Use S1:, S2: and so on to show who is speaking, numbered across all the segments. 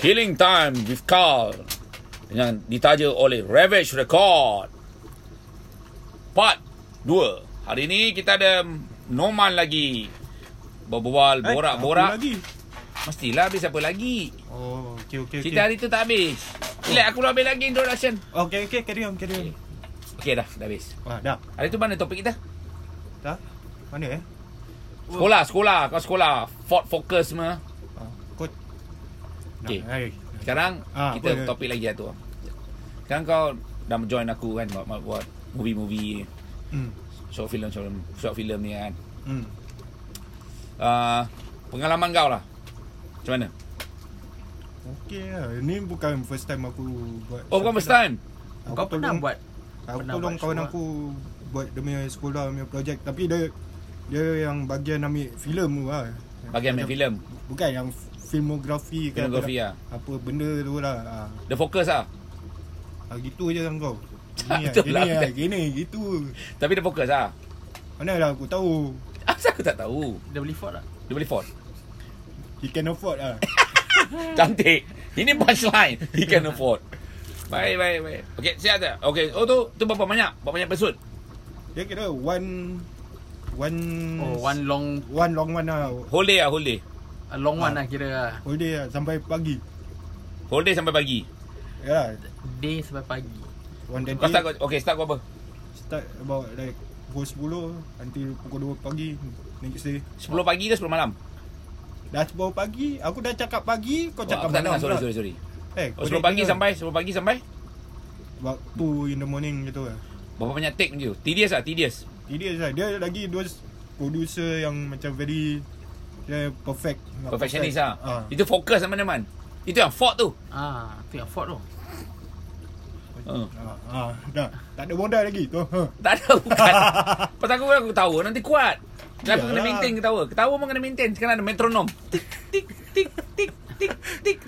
S1: Killing Time with Carl Dengan ditaja oleh Ravage Record Part 2 Hari ni kita ada Noman lagi Berbual,
S2: Eh,
S1: borak-borak
S2: aku lagi.
S1: Mestilah habis apa lagi
S2: Oh, okey okey okey.
S1: Cerita hari tu tak habis Relax aku nak habis lagi introduction
S2: Okey okey carry on carry on.
S1: Okay dah, dah habis
S2: Wah, dah.
S1: Hari tu mana topik kita?
S2: Dah. Mana eh?
S1: Sekolah, sekolah Kau sekolah Ford Focus semua
S2: Ah, kod.
S1: Okey.
S2: Nah, hari.
S1: Sekarang
S2: Ah,
S1: kita
S2: boleh.
S1: topik lagi lah tu. Sekarang kau dah join aku kan buat, buat, buat movie-movie
S2: Hmm.
S1: short film short, film- short film ni kan.
S2: Hmm.
S1: Uh, pengalaman kau lah. Macam mana?
S2: Okey lah. Ini bukan first time aku buat.
S1: Oh bukan first time.
S2: Aku
S3: Kau pernah
S2: tolong-
S3: buat
S2: Aku
S3: pernah
S2: tolong
S3: buat
S2: kawan
S3: sekolah.
S2: aku buat dia punya sekolah punya projek tapi dia dia yang bagian ambil filem tu lah.
S1: Bagian main filem,
S2: Bukan yang filmografi ke apa,
S1: Filmografi
S2: lah.
S1: ah.
S2: apa benda tu lah. Ah.
S1: Dia fokus ah.
S2: Ha, gitu je kan kau.
S1: Tak,
S2: Gini lah,
S1: betul
S2: gini
S1: lah.
S2: lah, gini, gitu.
S1: Tapi dia fokus ah.
S2: Mana lah aku tahu.
S1: Asal aku tak tahu.
S3: Dah beli Ford tak?
S1: Dia beli Ford.
S2: He can afford lah.
S1: Cantik. Ini punchline. He can afford. Baik, baik, baik. Okey, sihat tak? Okey. Oh tu tu berapa banyak? Berapa banyak episode?
S2: Dia kira one one
S1: Hmm.
S3: Oh one long
S2: one long one lah.
S1: Whole day ah, whole day.
S3: a long
S1: Ah.
S3: one lah kira lah.
S2: Whole day lah sampai pagi.
S1: Whole day sampai pagi.
S2: Ya, yeah,
S3: Day sampai pagi
S2: one day.
S1: Kau start kau- okey, start kau apa?
S2: start about like pukul 10 until pukul 2 pagi next day.
S1: 10 pagi ke 10 malam?
S2: Dah sebelum pagi, aku dah cakap pagi, kau cakap
S1: aku tak dengar.
S2: malam.
S1: Sorry,
S2: pula.
S1: sorry, sorry.
S2: Eh,
S1: Oh,
S2: kau
S1: 10
S2: dah
S1: pagi
S2: dengar.
S1: sampai 10 pagi sampai
S2: waktu in the morning gitu lah.
S1: berapa banyak take je? Tedious ah, tedious.
S2: Tedious lah. Dia lagi dua s- producer yang macam very dia perfect. Nak
S1: Perfectionist
S2: perfect.
S1: ah. Itu fokus sama teman. Itu yang fault tu.
S3: Ah, tu yang Ford tu
S1: Ha.
S2: Ha. Ha. ha. Dah. Tak ada modal lagi tu. Ha.
S1: Tak ada bukan. Pasal aku aku ketawa nanti kuat. Kenapa
S2: Iyalah.
S1: kena maintain ketawa? Ketawa pun kena maintain. Sekarang ada metronom. Tik tik tik tik tik tik.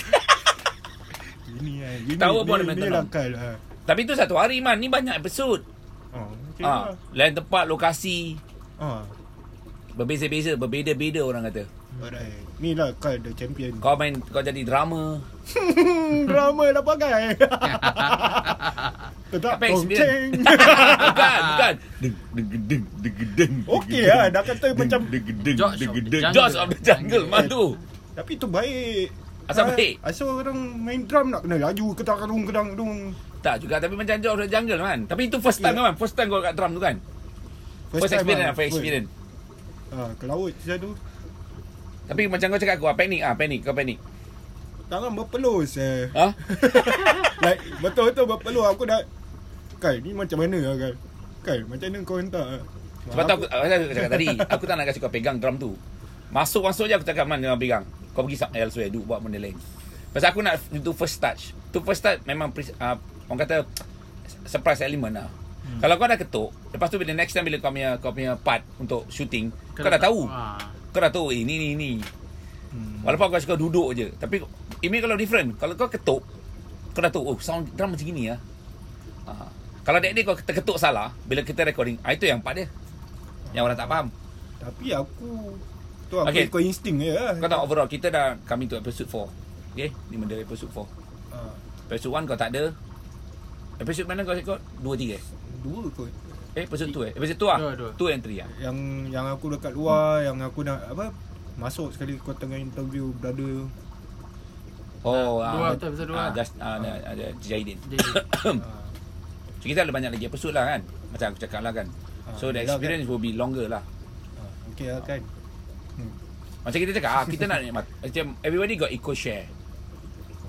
S2: Ini lah. Ini,
S1: Tahu pun ada
S2: ini,
S1: mental
S2: ini lah
S1: health.
S2: kal. Ha.
S1: Tapi tu satu hari man, ni banyak episod.
S2: Ha. Okay
S1: Ah,
S2: lah.
S1: lain tempat, lokasi,
S2: Ha.
S1: berbeza-beza, berbeza-beda orang kata.
S2: Alright. Ni lah kal the champion.
S1: Kau main kau jadi drama.
S2: Drama lah pakai. Tetap
S1: Apa experience?
S2: tongceng.
S1: bukan, bukan.
S4: deng deng deng deng deng
S2: Okey lah. Dah kata macam
S4: deng deng
S3: George of the Jungle.
S1: Jaws of the Jungle malu.
S2: Tapi tu baik.
S1: Asal
S2: Ah,
S1: baik?
S2: Asal orang main drum nak kena laju kedang kedung kedang kedung.
S1: Tak juga tapi macam Jaws of the Jungle kan. Tapi itu first time
S2: Ya.
S1: kan. First time kau kat drum tu kan. First,
S2: time
S1: experience
S2: lah,
S1: lah, first experience.
S2: Ha, ke laut saya tu.
S1: Tapi macam kau cakap aku ah, panik ah, panik kau panik.
S2: Tangan berpelus eh.
S1: Ha?
S2: like betul-betul berpelus aku dah Kai ni macam mana lah Kai? Kai macam mana kau hentak? ah?
S1: Sebab tu aku, aku cakap tadi, aku tak nak kasi kau pegang drum tu. Masuk-masuk je aku cakap man jangan pegang. Kau pergi sub- elsewhere duk buat benda lain. Pasal aku nak tu first touch. Tu first touch memang pres- ah, orang kata surprise element lah. Hmm. Kalau kau dah ketuk, lepas tu bila next time bila kau punya kau punya part untuk shooting, kau, kau dah tahu.
S3: ah.
S1: Kau dah tahu eh ni ni ni.
S2: Hmm.
S1: Walaupun kau suka duduk je Tapi ini kalau different Kalau kau ketuk Kau dah tahu Oh sound drum macam gini lah ha. Kalau that day kau terketuk salah Bila kita recording ah, Itu yang part dia Yang orang tak faham
S2: Tapi aku tu aku
S1: Okay.
S2: okay. ikut insting je lah.
S1: Kau tahu overall Kita dah coming to episode 4 Okay Ni benda episode 4
S2: Ha,
S1: Episode 1 kau tak ada Episode mana kau record 2, 3 eh
S2: dua kot.
S1: Eh episode 2 eh Episode 2 lah
S3: Dua, dua.
S1: 2 and 3 lah
S2: Yang yang aku dekat luar, yang aku nak apa masuk sekali kau tengah interview brother.
S1: Oh
S3: Dua,
S1: ah,
S3: betul, episode dua
S1: ah,
S3: lah.
S1: Just ah, ada- ada Jahidin
S3: Dia
S2: Ha.
S1: So kita ada banyak lagi episode lah kan Macam aku cakap lah kan So the
S2: yelah kan.
S1: experience will be longer lah
S2: Ha, Okey lah kan.
S1: Macam kita cakap ah, Kita nak nikmat Macam everybody got equal share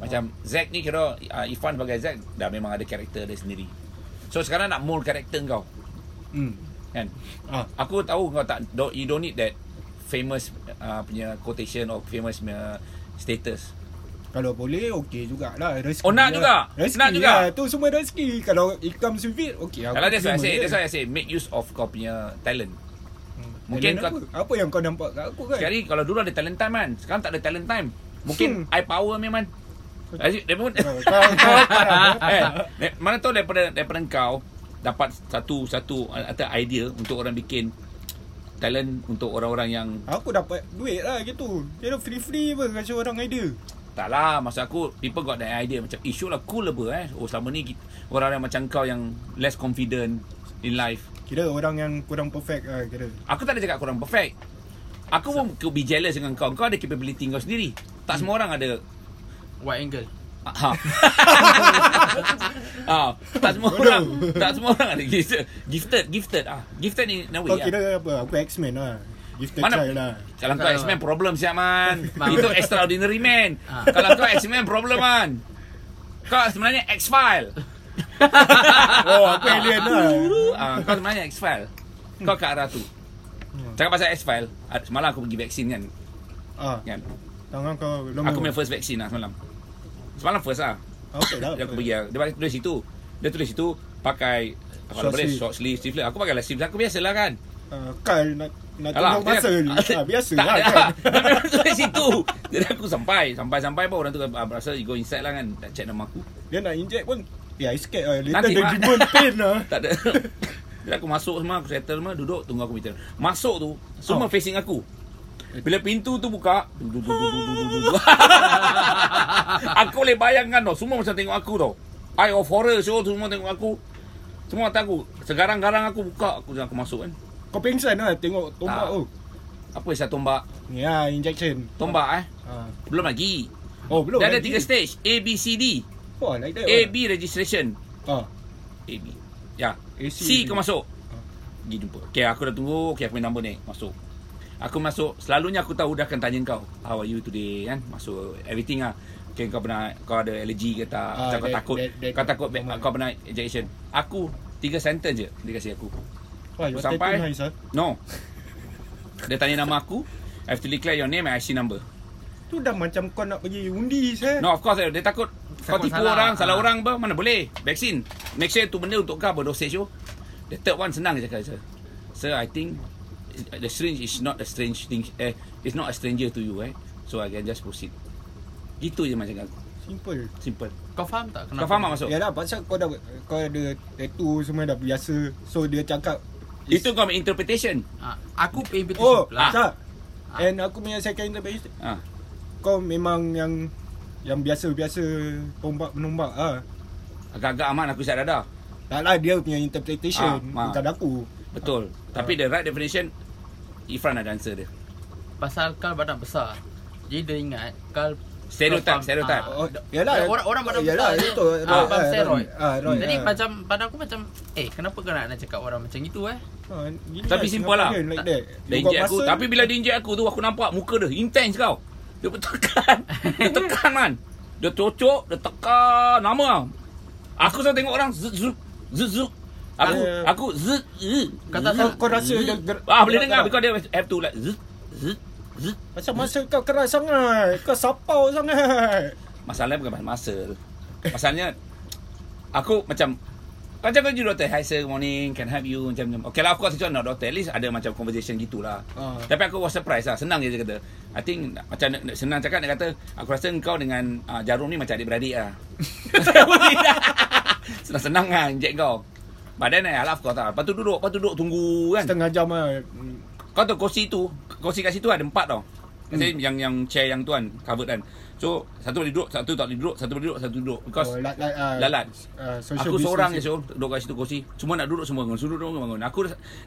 S1: Macam Zack ni kira uh, Ifan sebagai Zack Dah memang ada karakter dia sendiri So sekarang nak mold karakter kau
S2: Hmm.
S1: Kan
S2: Ah.
S1: Aku tahu kau tak don't, You don't need that Famous uh, punya quotation Or famous punya status
S2: Kalau boleh okey jugalah rezeki.
S1: Oh, nak
S2: lah.
S1: juga?
S2: Rezeki
S1: Nak juga?
S2: Lah. Tu semua rezeki. Kalau income sufficient okey Ya, aku
S1: Kalau that's why I
S2: terima
S1: say
S2: je.
S1: That's why I say Make use of kau punya talent
S2: Hmm.
S1: Mungkin
S2: Talent
S1: kau-
S2: apa? apa yang kau nampak kat aku kan?
S1: Sekali kalau dulu ada talent time kan Sekarang tak ada talent time Mungkin
S2: Hmm.
S1: I power memang Aziz, dia pun
S2: Kau- kau- kau- kau-
S1: eh, eh, mana tahu daripada daripada kau dapat satu satu atau idea untuk orang bikin talent untuk orang-orang yang
S2: Aku dapat duit lah gitu Kira free-free pun Kasih orang idea
S1: Tak lah Maksud aku People got that idea Macam eh syok lah cool lah apa eh Oh selama ni kita, Orang yang macam kau yang Less confident In life
S2: Kira orang yang kurang perfect lah kira
S1: Aku tak ada cakap korang perfect Aku pun could be jealous dengan kau Kau ada capability kau sendiri Tak semua orang ada
S3: Wide angle
S1: Ha. ha. Tak semua
S2: Bodoh.
S1: orang Tak semua orang ada gifted Gifted Gifted ah. Gifted ni Nawi
S2: Kau kira apa? Aku X-Men lah Gifted
S1: Mana-
S2: child lah
S1: Kalau kau X-Men problem siap man
S3: Bang.
S1: Itu extraordinary man
S3: Ah.
S1: Kalau kau X-Men problem man Kau sebenarnya X-File
S2: Oh aku alien lah
S1: ah, Kau sebenarnya X-File Kau ke arah tu Cakap pasal X-File ah, Semalam aku pergi vaksin kan,
S2: Ah,
S1: kan?
S2: Tangan kau lama Ah,
S1: Aku punya first vaksin lah semalam Semalam first lah
S2: Okey dah
S1: Dia aku pergi lah. Dia tulis situ Dia tulis situ Pakai Kalau
S2: Short
S1: boleh
S2: sleeve.
S1: short sleeve sleeve Aku pakai lah sleeve Aku biasalah kan
S2: Ah, Kan nak nak
S1: Alah,
S2: tolong masa
S1: dia-
S2: ni Ah, Biasa
S1: Tak
S2: lah
S1: ada
S2: kan
S1: Dia memang tulis situ Jadi aku sampai Sampai-sampai pun orang tu ah, Berasa you go inside lah kan Tak check nama aku
S2: Dia nak inject pun Ya I scared lah Later
S1: Nanti
S2: dia
S1: mak-
S2: gibbon pain lah
S1: Tak ada Jadi aku masuk semua Aku settle semua Duduk tunggu aku meeting Masuk tu Semua
S2: Oh.
S1: facing aku Bila pintu tu buka du- du- du- du- du- du- du- du. Aku boleh bayangkan tau Semua macam tengok aku tau Eye of horror so tu Semua tengok aku Semua mata aku Segarang-garang aku buka Aku aku masuk kan
S2: Kau pingsan lah tengok tombak
S1: Tak.
S2: tu
S1: Apa yang saya tombak
S2: Ni lah injection
S1: Tombak eh
S2: Ah.
S1: Belum lagi
S2: Oh belum
S1: Dia ada
S2: lagi.
S1: tiga stage A, B, C, D
S2: Wah like that
S1: A, B registration
S2: ah.
S1: A, B Ya
S2: A, C,
S1: C
S2: B.
S1: kau masuk Pergi jumpa Okay aku dah tunggu Okay aku punya nombor ni Masuk Aku masuk Selalunya aku tahu Dia akan tanya kau How are you today kan Masuk everything lah Okay kau pernah Kau ada allergy ke tak
S2: Ah,
S1: Macam kau
S2: that-
S1: takut
S2: that- that-
S1: Kau takut back-
S2: normal.
S1: Kau pernah ejection Aku Tiga sentence je Dia kasi aku
S2: Wah your tattoo
S1: Sampai-
S2: nice ah.
S1: No Dia tanya nama aku I have to declare your name And IC number
S2: Tu dah macam kau nak pergi undi saya
S1: No of course Dia takut Kau
S3: Takut
S1: tipu
S3: salah.
S1: orang Salah
S3: Ah.
S1: orang apa Mana boleh Vaksin Make sure tu benda untuk kau Apa dosage tu The third one senang je cakap Sir Sir I think The strange is not a strange thing eh, It's not a stranger to you eh So I can just proceed Gitu je macam aku
S2: Simple
S1: Simple
S3: Kau faham tak
S1: Kau faham tak masuk?
S2: Yalah pasal kau dah Kau ada tattoo semua dah biasa So dia cakap
S1: Itu kau punya interpretation
S3: Ah, Aku pay lah. invitation
S2: Oh
S1: Ah.
S2: tak And aku punya second interview
S1: ha.
S2: Kau memang yang Yang biasa-biasa Tombak menombak ah.
S1: Agak-agak aman aku siap dadah
S2: Tak lah dia punya interpretation
S1: Ah, mak.
S2: Bukan aku
S1: Betul
S3: Ah.
S1: Tapi the right definition Ifran ada answer dia
S3: Pasal kal badan besar Jadi dia ingat Kal
S1: Stereotype,
S3: kau faham-
S1: stereotype. Oh,
S3: ah,
S2: Oh,
S3: dah-
S2: yalah.
S3: dah Orang orang badan
S2: Yalah,
S3: besar je.
S1: eh,
S2: itu,
S3: Ah,
S2: Roy,
S3: Abang
S2: ah,
S3: steroid
S2: Roy. Ah, Roy,
S3: Jadi
S1: ya.
S2: ah.
S3: macam Pada aku macam Eh kenapa kau nak, nak cakap orang macam itu eh
S2: Ah, gini
S1: Tapi
S2: lah,
S1: simple lah.
S2: Singaporean Like that.
S1: Dia
S2: You got
S1: injek aku
S2: muscle,
S1: Tapi bila dia injek aku tu Aku nampak muka dia Intense kau Dia tekan Dia tekan man Dia cocok Dia tekan Lama lah Aku selalu tengok orang Zut zut Zut zut Aku
S2: Eh.
S1: Aku zut zut
S3: Kau tak
S1: zut,
S2: Kau, kau rasa dia ger-
S1: Ah boleh dengar Because
S2: gerak-
S1: dia have to like Zut zut zut
S2: Pasal masa kau keras sangat Kau sapau sangat
S1: Masalahnya bukan masa Masalahnya Aku macam Macam kau jumpa doktor Hi sir good morning Can help you Macam macam Okay lah of course It's not doktor At least ada macam conversation gitulah
S2: Ah.
S1: Tapi aku was surprised lah Senang je dia kata I think Macam senang cakap Dia kata Aku rasa engkau dengan uh, Jarum ni macam adik-beradik lah Senang-senang lah Injek kau But then eh, I love kau tak Lepas tu duduk Lepas tu duduk tunggu kan
S2: Setengah jam lah Hmm.
S1: kau tahu kursi tu Kursi kat situ ada empat tau Kasi hmm. yang yang chair yang tu kan Covered kan So Satu boleh duduk Satu tak boleh duduk Satu boleh duduk Satu duduk Because
S2: Oh, lalat, ah,
S1: lalat.
S2: ah, social
S1: Aku seorang je
S2: distancing.
S1: so, Duduk kat situ kursi Semua nak duduk semua bangun Suruh duduk semua bangun Aku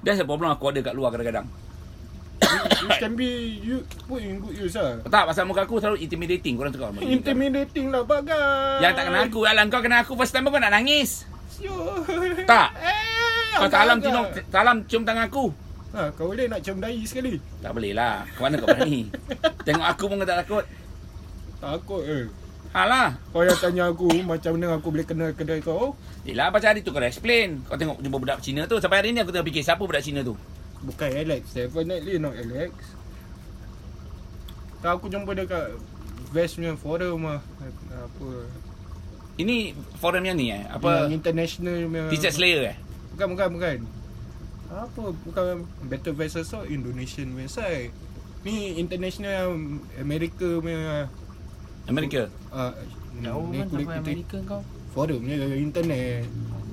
S1: That's the problem aku ada kat luar kadang-kadang
S2: It can be you put in good use lah
S1: Tak pasal muka aku selalu intimidating Korang cakap
S2: Intimidating lah bagai
S1: Yang tak kena aku Alang kau kena aku First time pun nak nangis
S2: Siul.
S1: Tak.
S2: Eh,
S1: Kau salam
S2: agak-agak.
S1: cium Salam cium tangan aku
S2: ha, Kau boleh nak cium dahi sekali
S1: Tak boleh lah Kau mana kau berani Tengok aku pun kau tak takut
S2: Takut eh
S1: Alah
S2: Kau yang tanya aku Macam mana aku boleh kenal kedai kau Oh,
S1: Yelah macam hari tu kau dah explain Kau tengok jumpa budak Cina tu Sampai hari ni aku tengah fikir Siapa budak Cina tu
S2: Bukan Alex Definitely not Alex Tak aku jumpa dekat Vest punya forum lah Apa
S1: Ini forum yang ni eh? Apa?
S2: Yang international punya
S1: T-shirt Slayer eh?
S2: Bukan bukan bukan Apa bukan Battle Vest asal Indonesian website Ni international um, America punya
S1: Amerika.
S2: uh,
S3: Jauh
S2: ni
S3: kan
S2: kulit
S3: sampai
S2: putih.
S3: Amerika kau
S2: Forum ni eh, internet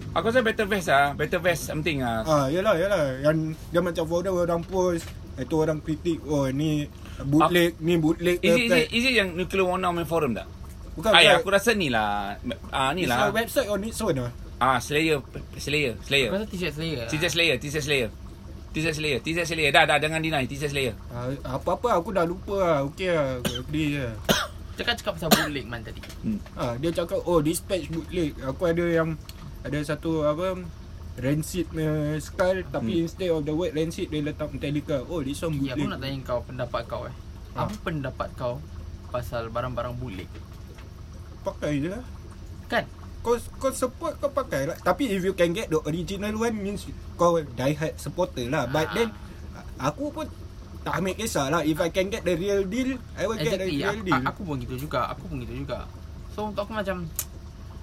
S2: Oh,
S1: Aku rasa Battle Vest lah. Battle Vest something lah.
S2: Ah, yalah yalah yang dia macam folder orang post Itu orang kritik Oh ni bootleg Ni
S1: Is
S2: bootleg
S1: it,
S2: ke
S1: is it,
S2: flat.
S1: is it yang Nuclear War Now main forum tak?
S2: Bukan
S1: Ay,
S2: bukan.
S1: eh, aku rasa ni lah. Ah, ni
S2: It's
S1: lah.
S2: a website on its own lah
S1: Ah, Slayer. Slayer. Slayer.
S3: Aku rasa t-shirt Slayer lah.
S1: Ya. T-shirt Slayer. T-shirt Slayer. T-shirt Slayer. T-shirt Slayer. Dah, dah. Jangan deny. T-shirt Slayer.
S2: Ah, Apa-apa aku dah lupa lah Okay lah Aku agree lah
S3: Cakap-cakap pasal bootleg man tadi
S2: ha, Dia cakap Oh dispatch bootleg Aku ada yang Ada satu apa Rancid punya skull Tapi hmm. instead of the word rancid Dia letak Metallica Oh this one
S3: Ya,
S2: bootleg
S3: aku nak tanya kau pendapat kau eh
S2: Ha.
S3: Apa pendapat kau pasal barang-barang bootleg?
S2: Pakai je lah
S3: Kan?
S2: kau, kau support kau pakai lah Tapi if you can get the original one Means kau die hard supporter lah But
S3: Ah.
S2: then Aku pun tak ambil kisah lah If I can get the real deal I will get the
S3: Exactly. ya.
S2: real
S3: eh, Aku,
S2: deal
S3: aku pun gitu juga. Aku pun gitu juga. So untuk aku macam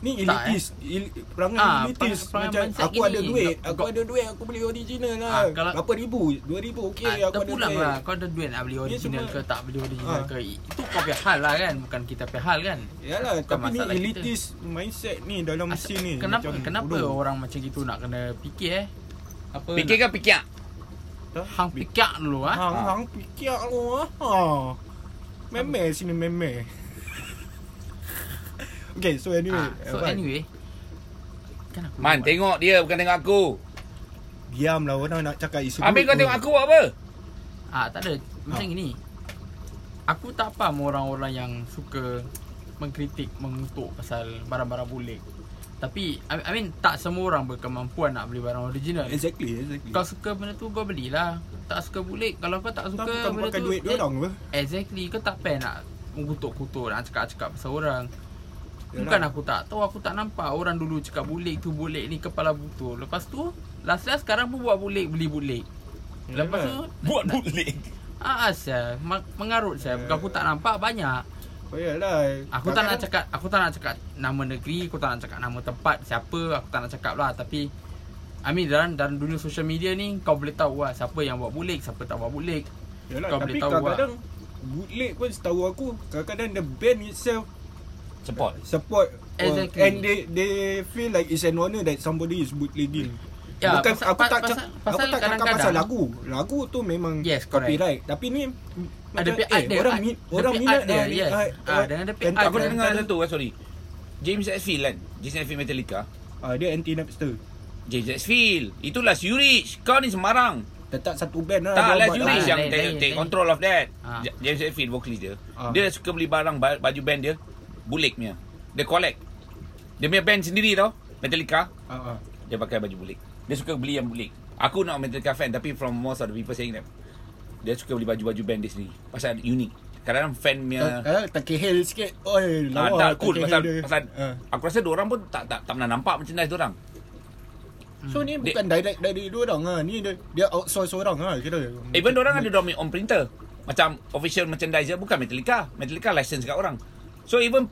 S2: Ni
S3: tak,
S2: elitis il, Perangai
S3: Ah,
S2: elitis
S3: perang- perangai
S2: Macam
S3: mindset
S2: aku ada
S3: gini.
S2: duit
S3: Kau-
S2: Aku
S3: kau-
S2: ada duit Aku beli original lah
S3: Ah, kalau-
S2: Berapa ribu Dua ribu Okay
S3: ah,
S2: Ya, aku ada duit Ya,
S3: terpulang lah kau ada duit nak beli original
S2: semua-
S3: ke tak beli original
S2: Ah.
S3: ke. Itu kau punya hal lah kan, bukan kita punya hal kan.
S2: Yalah
S3: Bukan
S2: Tapi ni
S3: masalah kita.
S2: elitis mindset ni Dalam
S3: Asal-
S2: scene ni
S3: kenapa
S2: Macam
S3: kenapa
S2: bodoh.
S3: orang macam gitu nak kena fikir eh? Apa?
S1: Fikir ke fikir?
S3: nak, hang fikir dulu ah.
S2: Ha? Hang hang fikir lu ah. Ha. Memel sini memel. okay, so anyway.
S3: Ah, so
S2: Abang,
S3: anyway kan aku
S1: Man, tengok dia. Bukan tengok aku.
S2: Diam lah orang nak cakap isu.
S1: Habis
S2: duit
S1: kau
S2: tu.
S1: tengok aku buat apa?
S3: Ah tak ada macam
S2: Ah.
S3: gini. Aku tak faham orang-orang yang suka mengkritik, mengutuk pasal barang-barang bulik. Tapi I I mean tak semua orang berkemampuan nak beli barang original.
S2: Exactly, exactly.
S3: Kau suka benda tu kau belilah. Tak suka bulik kalau kau tak
S2: Kau
S3: suka
S2: bukan
S3: benda
S2: pakai
S3: tu.
S2: duit dia
S3: eh,
S2: orang apa?
S3: Exactly kau tak payah nak mengutuk-kutuk nak cakap-cakap pasal orang.
S2: Yalah.
S3: Bukan aku tak tahu Aku tak nampak Orang dulu cakap bulik tu Bulik ni kepala butuh Lepas tu Last-last sekarang pun buat bulik Beli bulik Lepas tu
S1: Buat bootleg.
S3: Ah, saya mengarut saya.
S2: Eh.
S3: Bukan aku tak nampak banyak.
S2: Oh, yalah.
S3: Aku
S2: kan?
S3: tak nak cakap, aku tak nak cakap nama negeri, aku tak nak cakap nama tempat, siapa, aku tak nak cakap lah tapi I mean dalam, dalam dunia social media ni kau boleh tahu lah siapa yang buat bulik, siapa tak buat bulik.
S2: Yalah,
S3: kau
S2: tapi
S3: boleh tahu lah.
S2: kadang-kadang bootleg pun setahu aku kadang-kadang the band itself
S1: Support.
S2: support or-
S3: Exactly.
S2: and they they feel like it's an honor that somebody is bootlegging.
S3: Ya,
S2: Bukan
S3: pasal-
S2: aku tak cak-
S3: pasal- pasal
S2: aku tak cakap
S3: kadang-kadang-
S2: pasal lagu. Lagu tu memang
S3: Yes, correct.
S2: copyright. Tapi ni
S3: Ada
S2: macam, eh,
S3: pay art dia,
S2: orang
S3: art.
S2: min,
S3: Dia
S2: orang
S3: pay
S2: minat
S3: art
S2: dia.
S3: dia, yes. Ah, kan. dengan dia pay
S2: anti-
S3: art
S1: Aku
S3: dia.
S1: dah dengar satu. eh, Sorry. James Hetfield kan? James Hetfield Metallica.
S2: Ah, dia anti Napster.
S1: James Hetfield. Itulah Zurich. Kau ni sembarang.
S2: Letak satu band lah.
S3: Ah,
S1: Tak
S2: dia
S1: lah
S2: buat
S1: Juris
S3: lain,
S1: yang
S3: lain,
S1: take,
S3: lain,
S1: take
S3: lain.
S1: control of that
S3: Ah.
S1: Ja- James Hetfield vokalis dia
S2: Ah.
S1: Dia suka beli barang ba- Baju band dia Bulik punya Dia collect Dia punya band sendiri tau Metallica
S2: Ah, ah.
S1: Dia pakai baju bulik Dia suka beli yang bulik Aku not Metallica fan Tapi from most of the people saying that Dia suka beli baju-baju band dia sendiri Pasal unik Kadang-kadang fan punya
S2: Tak- ah, tak kehel sikit. Oi,
S1: Ah,
S2: lawa.
S1: tak cool Ya. pasal,
S2: dia.
S1: pasal
S2: Ah.
S1: aku rasa orang pun tak tak tak pernah nampak merchandise orang.
S2: So
S1: Hmm.
S2: ni bukan direct dari dia orang ah. Ni dia, dia outsource orang ah kira.
S1: Even orang ada dorang on printer. Macam official merchandise dia bukan Metallica. Metallica license kat orang. So even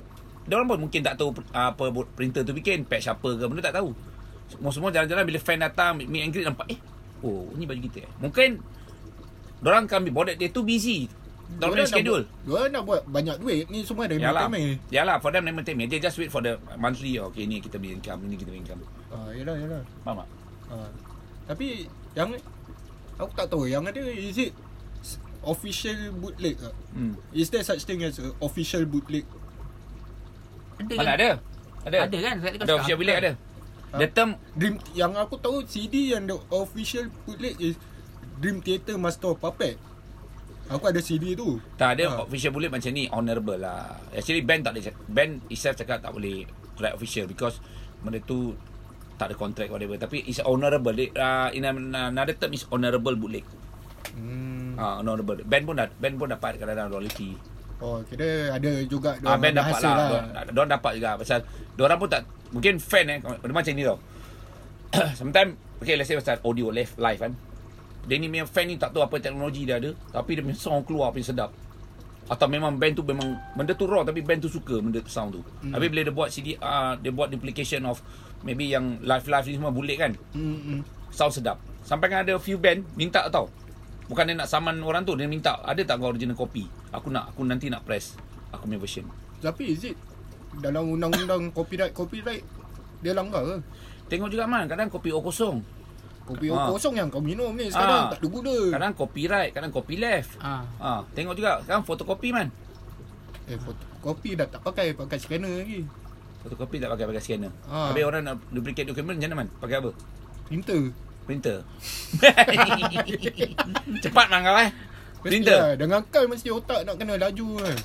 S1: orang pun mungkin tak tahu uh, apa bu- printer tu bikin, patch apa ke benda tak tahu. Semua-semua jalan-jalan bila fan datang meet and greet nampak eh oh ni baju kita eh. Mungkin orang kami bodet dia tu busy. Dorang punya
S2: Diorang nak
S1: schedule.
S2: buat- Diorang nak buat banyak duit Ni semua dari
S1: Yalah.
S2: Yalah
S1: Yalah for them memang time. They just wait for the monthly. Oh, okay ni kita beli income, ni kita beli income.
S2: ah, Yalah yalah
S1: Faham tak?
S2: Ah. Tapi yang aku tak tahu yang ada is it s- official bootleg tak?
S1: Hmm.
S2: Is there such thing as a official bootleg?
S3: Ada
S1: Mana ada? Ada.
S3: Ada kan? Tadi kau
S1: Ada
S3: cakap
S1: official
S3: apa?
S1: bilik ada.
S2: Ha?
S1: The term
S2: Dream yang aku tahu CD yang the official bootleg is Dream Theater Master of Puppet. Aku ada CD tu.
S1: Tak ada
S2: Ah.
S1: official bullet macam ni honorable lah. Actually band tak boleh cak- band itself cakap tak boleh write official because benda tu tak ada contract whatever tapi it's honorable They, uh, in an- another term is honorable bootleg
S2: Hmm.
S1: ah honorable band pun dah, band pun dapat kadang-kadang royalty
S2: Oh, kira ada juga
S1: Ah,
S2: diorang
S1: band dapat
S2: berhasil
S1: lah. lah. Diorang dapat juga pasal diorang pun tak mungkin fan eh dia macam ni tau. Sometimes okay let's say pasal audio live live kan. Dia ni punya fan ni tak tahu apa teknologi dia ada tapi dia punya sound keluar punya sedap. Atau memang band tu memang benda tu raw tapi band tu suka benda tu sound tu. Hmm. Habis bila dia buat CD ah dia buat duplication of maybe yang live live ni semua bulat kan.
S2: Hmm, hmm.
S1: Sound sedap. Sampai kan ada few band minta tau. Bukan dia nak saman orang tu dia minta ada tak kau original copy. Aku nak aku nanti nak press aku punya version.
S2: Tapi is it dalam undang-undang copyright copyright dia langgar ke?
S1: Tengok juga man Kadang kopi O kosong
S2: Kopi
S1: Ah.
S2: kosong yang kau minum ni
S1: Ah.
S2: sekarang tak ada guna.
S1: Kadang kopi right, kadang kopi left.
S3: Ah.
S1: Ha, tengok juga. Sekarang fotokopi man.
S2: Eh, foto- kopi dah tak pakai, pakai scanner lagi.
S1: Fotokopi tak pakai pakai scanner.
S2: Ah.
S1: Habis orang nak duplicate dokumen macam mana man? Pakai apa?
S2: Printer.
S1: Printer. Cepat man kau eh.
S2: Mesti
S1: Printer.
S2: Lah, dengan kal mesti otak nak kena laju kan.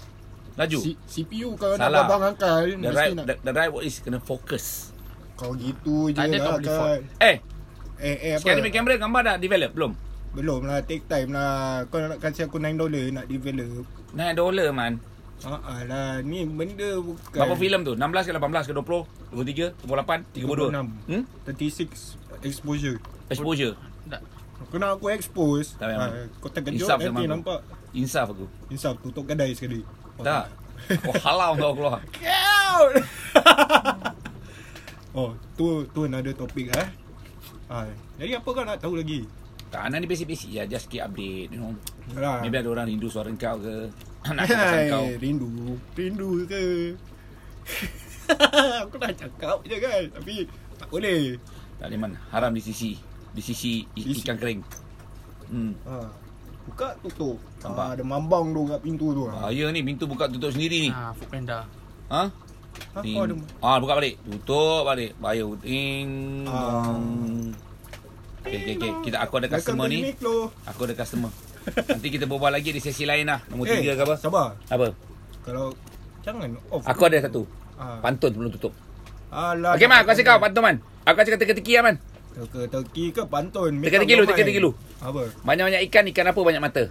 S1: Laju.
S2: C- CPU kalau nak
S1: Salah.
S2: babang akal
S1: The
S2: mesti lah.
S1: right,
S2: nak.
S1: the, the right word is kena fokus.
S2: Kau gitu je
S3: Tak ada kau
S2: lah
S3: boleh
S2: kan.
S3: fault.
S1: Eh,
S2: Eh, eh apa?
S1: sekarang ni punya kamera gambar dah develop belum?
S2: Belum lah, take time lah. Kau nak kasi aku 9 dolar nak develop.
S1: Naik dolar man.
S2: Haa lah, ni benda bukan.
S1: Berapa filem tu? 16 ke 18 ke 20? 23, 28, 32.
S2: 36.
S1: Hmm?
S2: 36 exposure.
S1: Exposure.
S3: Tak.
S2: Kau nak aku expose.
S1: Tak payah.
S2: Ah, kau terkejut
S1: Insaf
S2: nanti
S1: memang tu.
S2: nampak.
S1: Insaf aku.
S2: Insaf tutup kedai sekali. Oh,
S1: Tak. Kau halau kau keluar.
S2: Out. oh, tu tu another topic eh. Ha. Jadi apa kau nak tahu lagi?
S1: Tak, anak ni basic-basic je. Just keep update, you know.
S2: Yalah.
S1: Maybe ada orang rindu suara kau ke. Nak aku pasal
S2: Ah. Hai,
S1: kau.
S2: rindu. Rindu ke? aku dah cakap je kan. Tapi tak boleh.
S1: Tak boleh man. Haram di sisi. Di sisi i-
S2: Sisi.
S1: ikan kering. Hmm.
S2: Ha. Buka tutup.
S1: Nampak? Ah,
S2: Ha, ada mambang tu kat pintu tu. Ha,
S1: Bahaya ni pintu buka tutup sendiri ni.
S3: Ah, food panda.
S1: Ha?
S2: ha
S1: Ting.
S2: kau ada
S1: Ah, buka balik. Tutup balik. Bahaya. Ting.
S2: Ah.
S1: dong. Okay, okay, okay. Kita, aku ada
S2: Welcome
S1: customer
S2: to
S1: ni.
S2: Uniqlo.
S1: Aku ada customer. Nanti kita berbual lagi di sesi lain lah. Nombor
S2: Eh,
S1: tiga ke apa?
S2: Sabar.
S1: Apa?
S2: Kalau jangan off.
S1: Aku ada satu.
S2: Ha.
S1: Pantun sebelum tutup.
S2: Alah.
S1: Okey, Man. Aku kasih kau pantun, Man. Aku kasih kau teka-teki lah, Man.
S2: Teka-teki ke pantun? Make
S1: Teka-teki
S2: up
S1: lu,
S2: your
S1: teka-teki
S2: mind.
S1: lu.
S2: Apa?
S1: Banyak-banyak ikan, ikan apa banyak mata?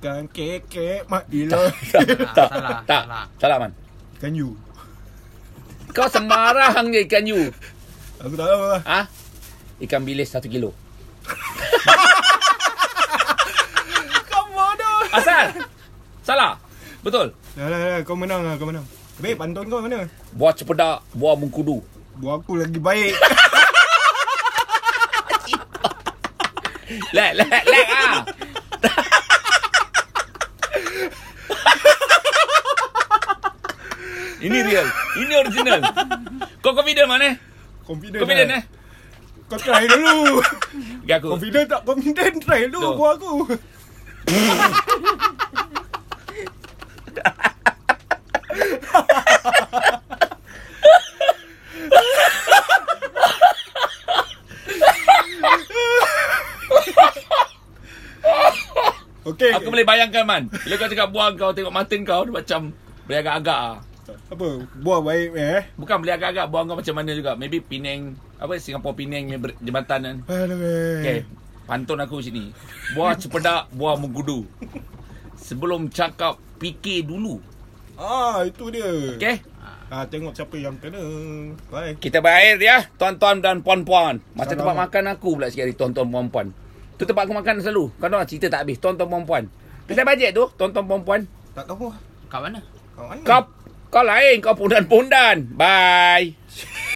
S2: Ikan kekek mak ilo.
S1: Tak, tak,
S3: salah,
S1: tak.
S3: salah.
S1: Salah, Man.
S2: Ikan you.
S1: Kau sembarang je ikan you.
S2: Aku tak tahu lah.
S1: Ha? Ikan bilis satu kilo.
S2: Kau bodoh.
S1: Asal? Salah? Betul?
S2: Dah dah dah kau menang lah kau menang. Baik pantun kau mana?
S1: Buah cepedak, buah mengkudu.
S2: Buat aku lagi baik.
S1: Lek, lek, lek ah. Ini real. Ini original. Kau confident mana?
S2: confident.
S1: Confident eh?
S2: lah. Kau try dulu.
S1: Okay, aku.
S2: confident tak confident try dulu
S1: Betul.
S2: buat aku. Okey.
S1: Aku boleh bayangkan man. Bila kau cakap buah kau tengok mata kau dia macam boleh agak-agak ah.
S2: apa buat baik eh.
S1: Bukan boleh agak-agak buah kau macam mana juga. Maybe Penang apa Singapore Penang punya ber- jembatan kan.
S2: Aduh.
S1: Okay. Pantun aku sini. Buah cepedak, buah mengkudu. Sebelum cakap, fikir dulu.
S2: Ah, itu dia.
S1: Okay?
S2: Ah, tengok siapa yang kena. Bye.
S1: Kita berakhir ya, tuan-tuan dan puan-puan. Macam
S2: Salam.
S1: tempat makan aku pula sekali, tuan-tuan puan-puan. Tu tempat aku makan selalu. Kau nak cerita tak habis, tuan-tuan puan-puan. Kita bajet tu, tuan-tuan puan-puan.
S2: Tak lah. tahu.
S3: Kat mana?
S2: Kau mana?
S1: Kau, kau lain, kau pundan-pundan. Bye.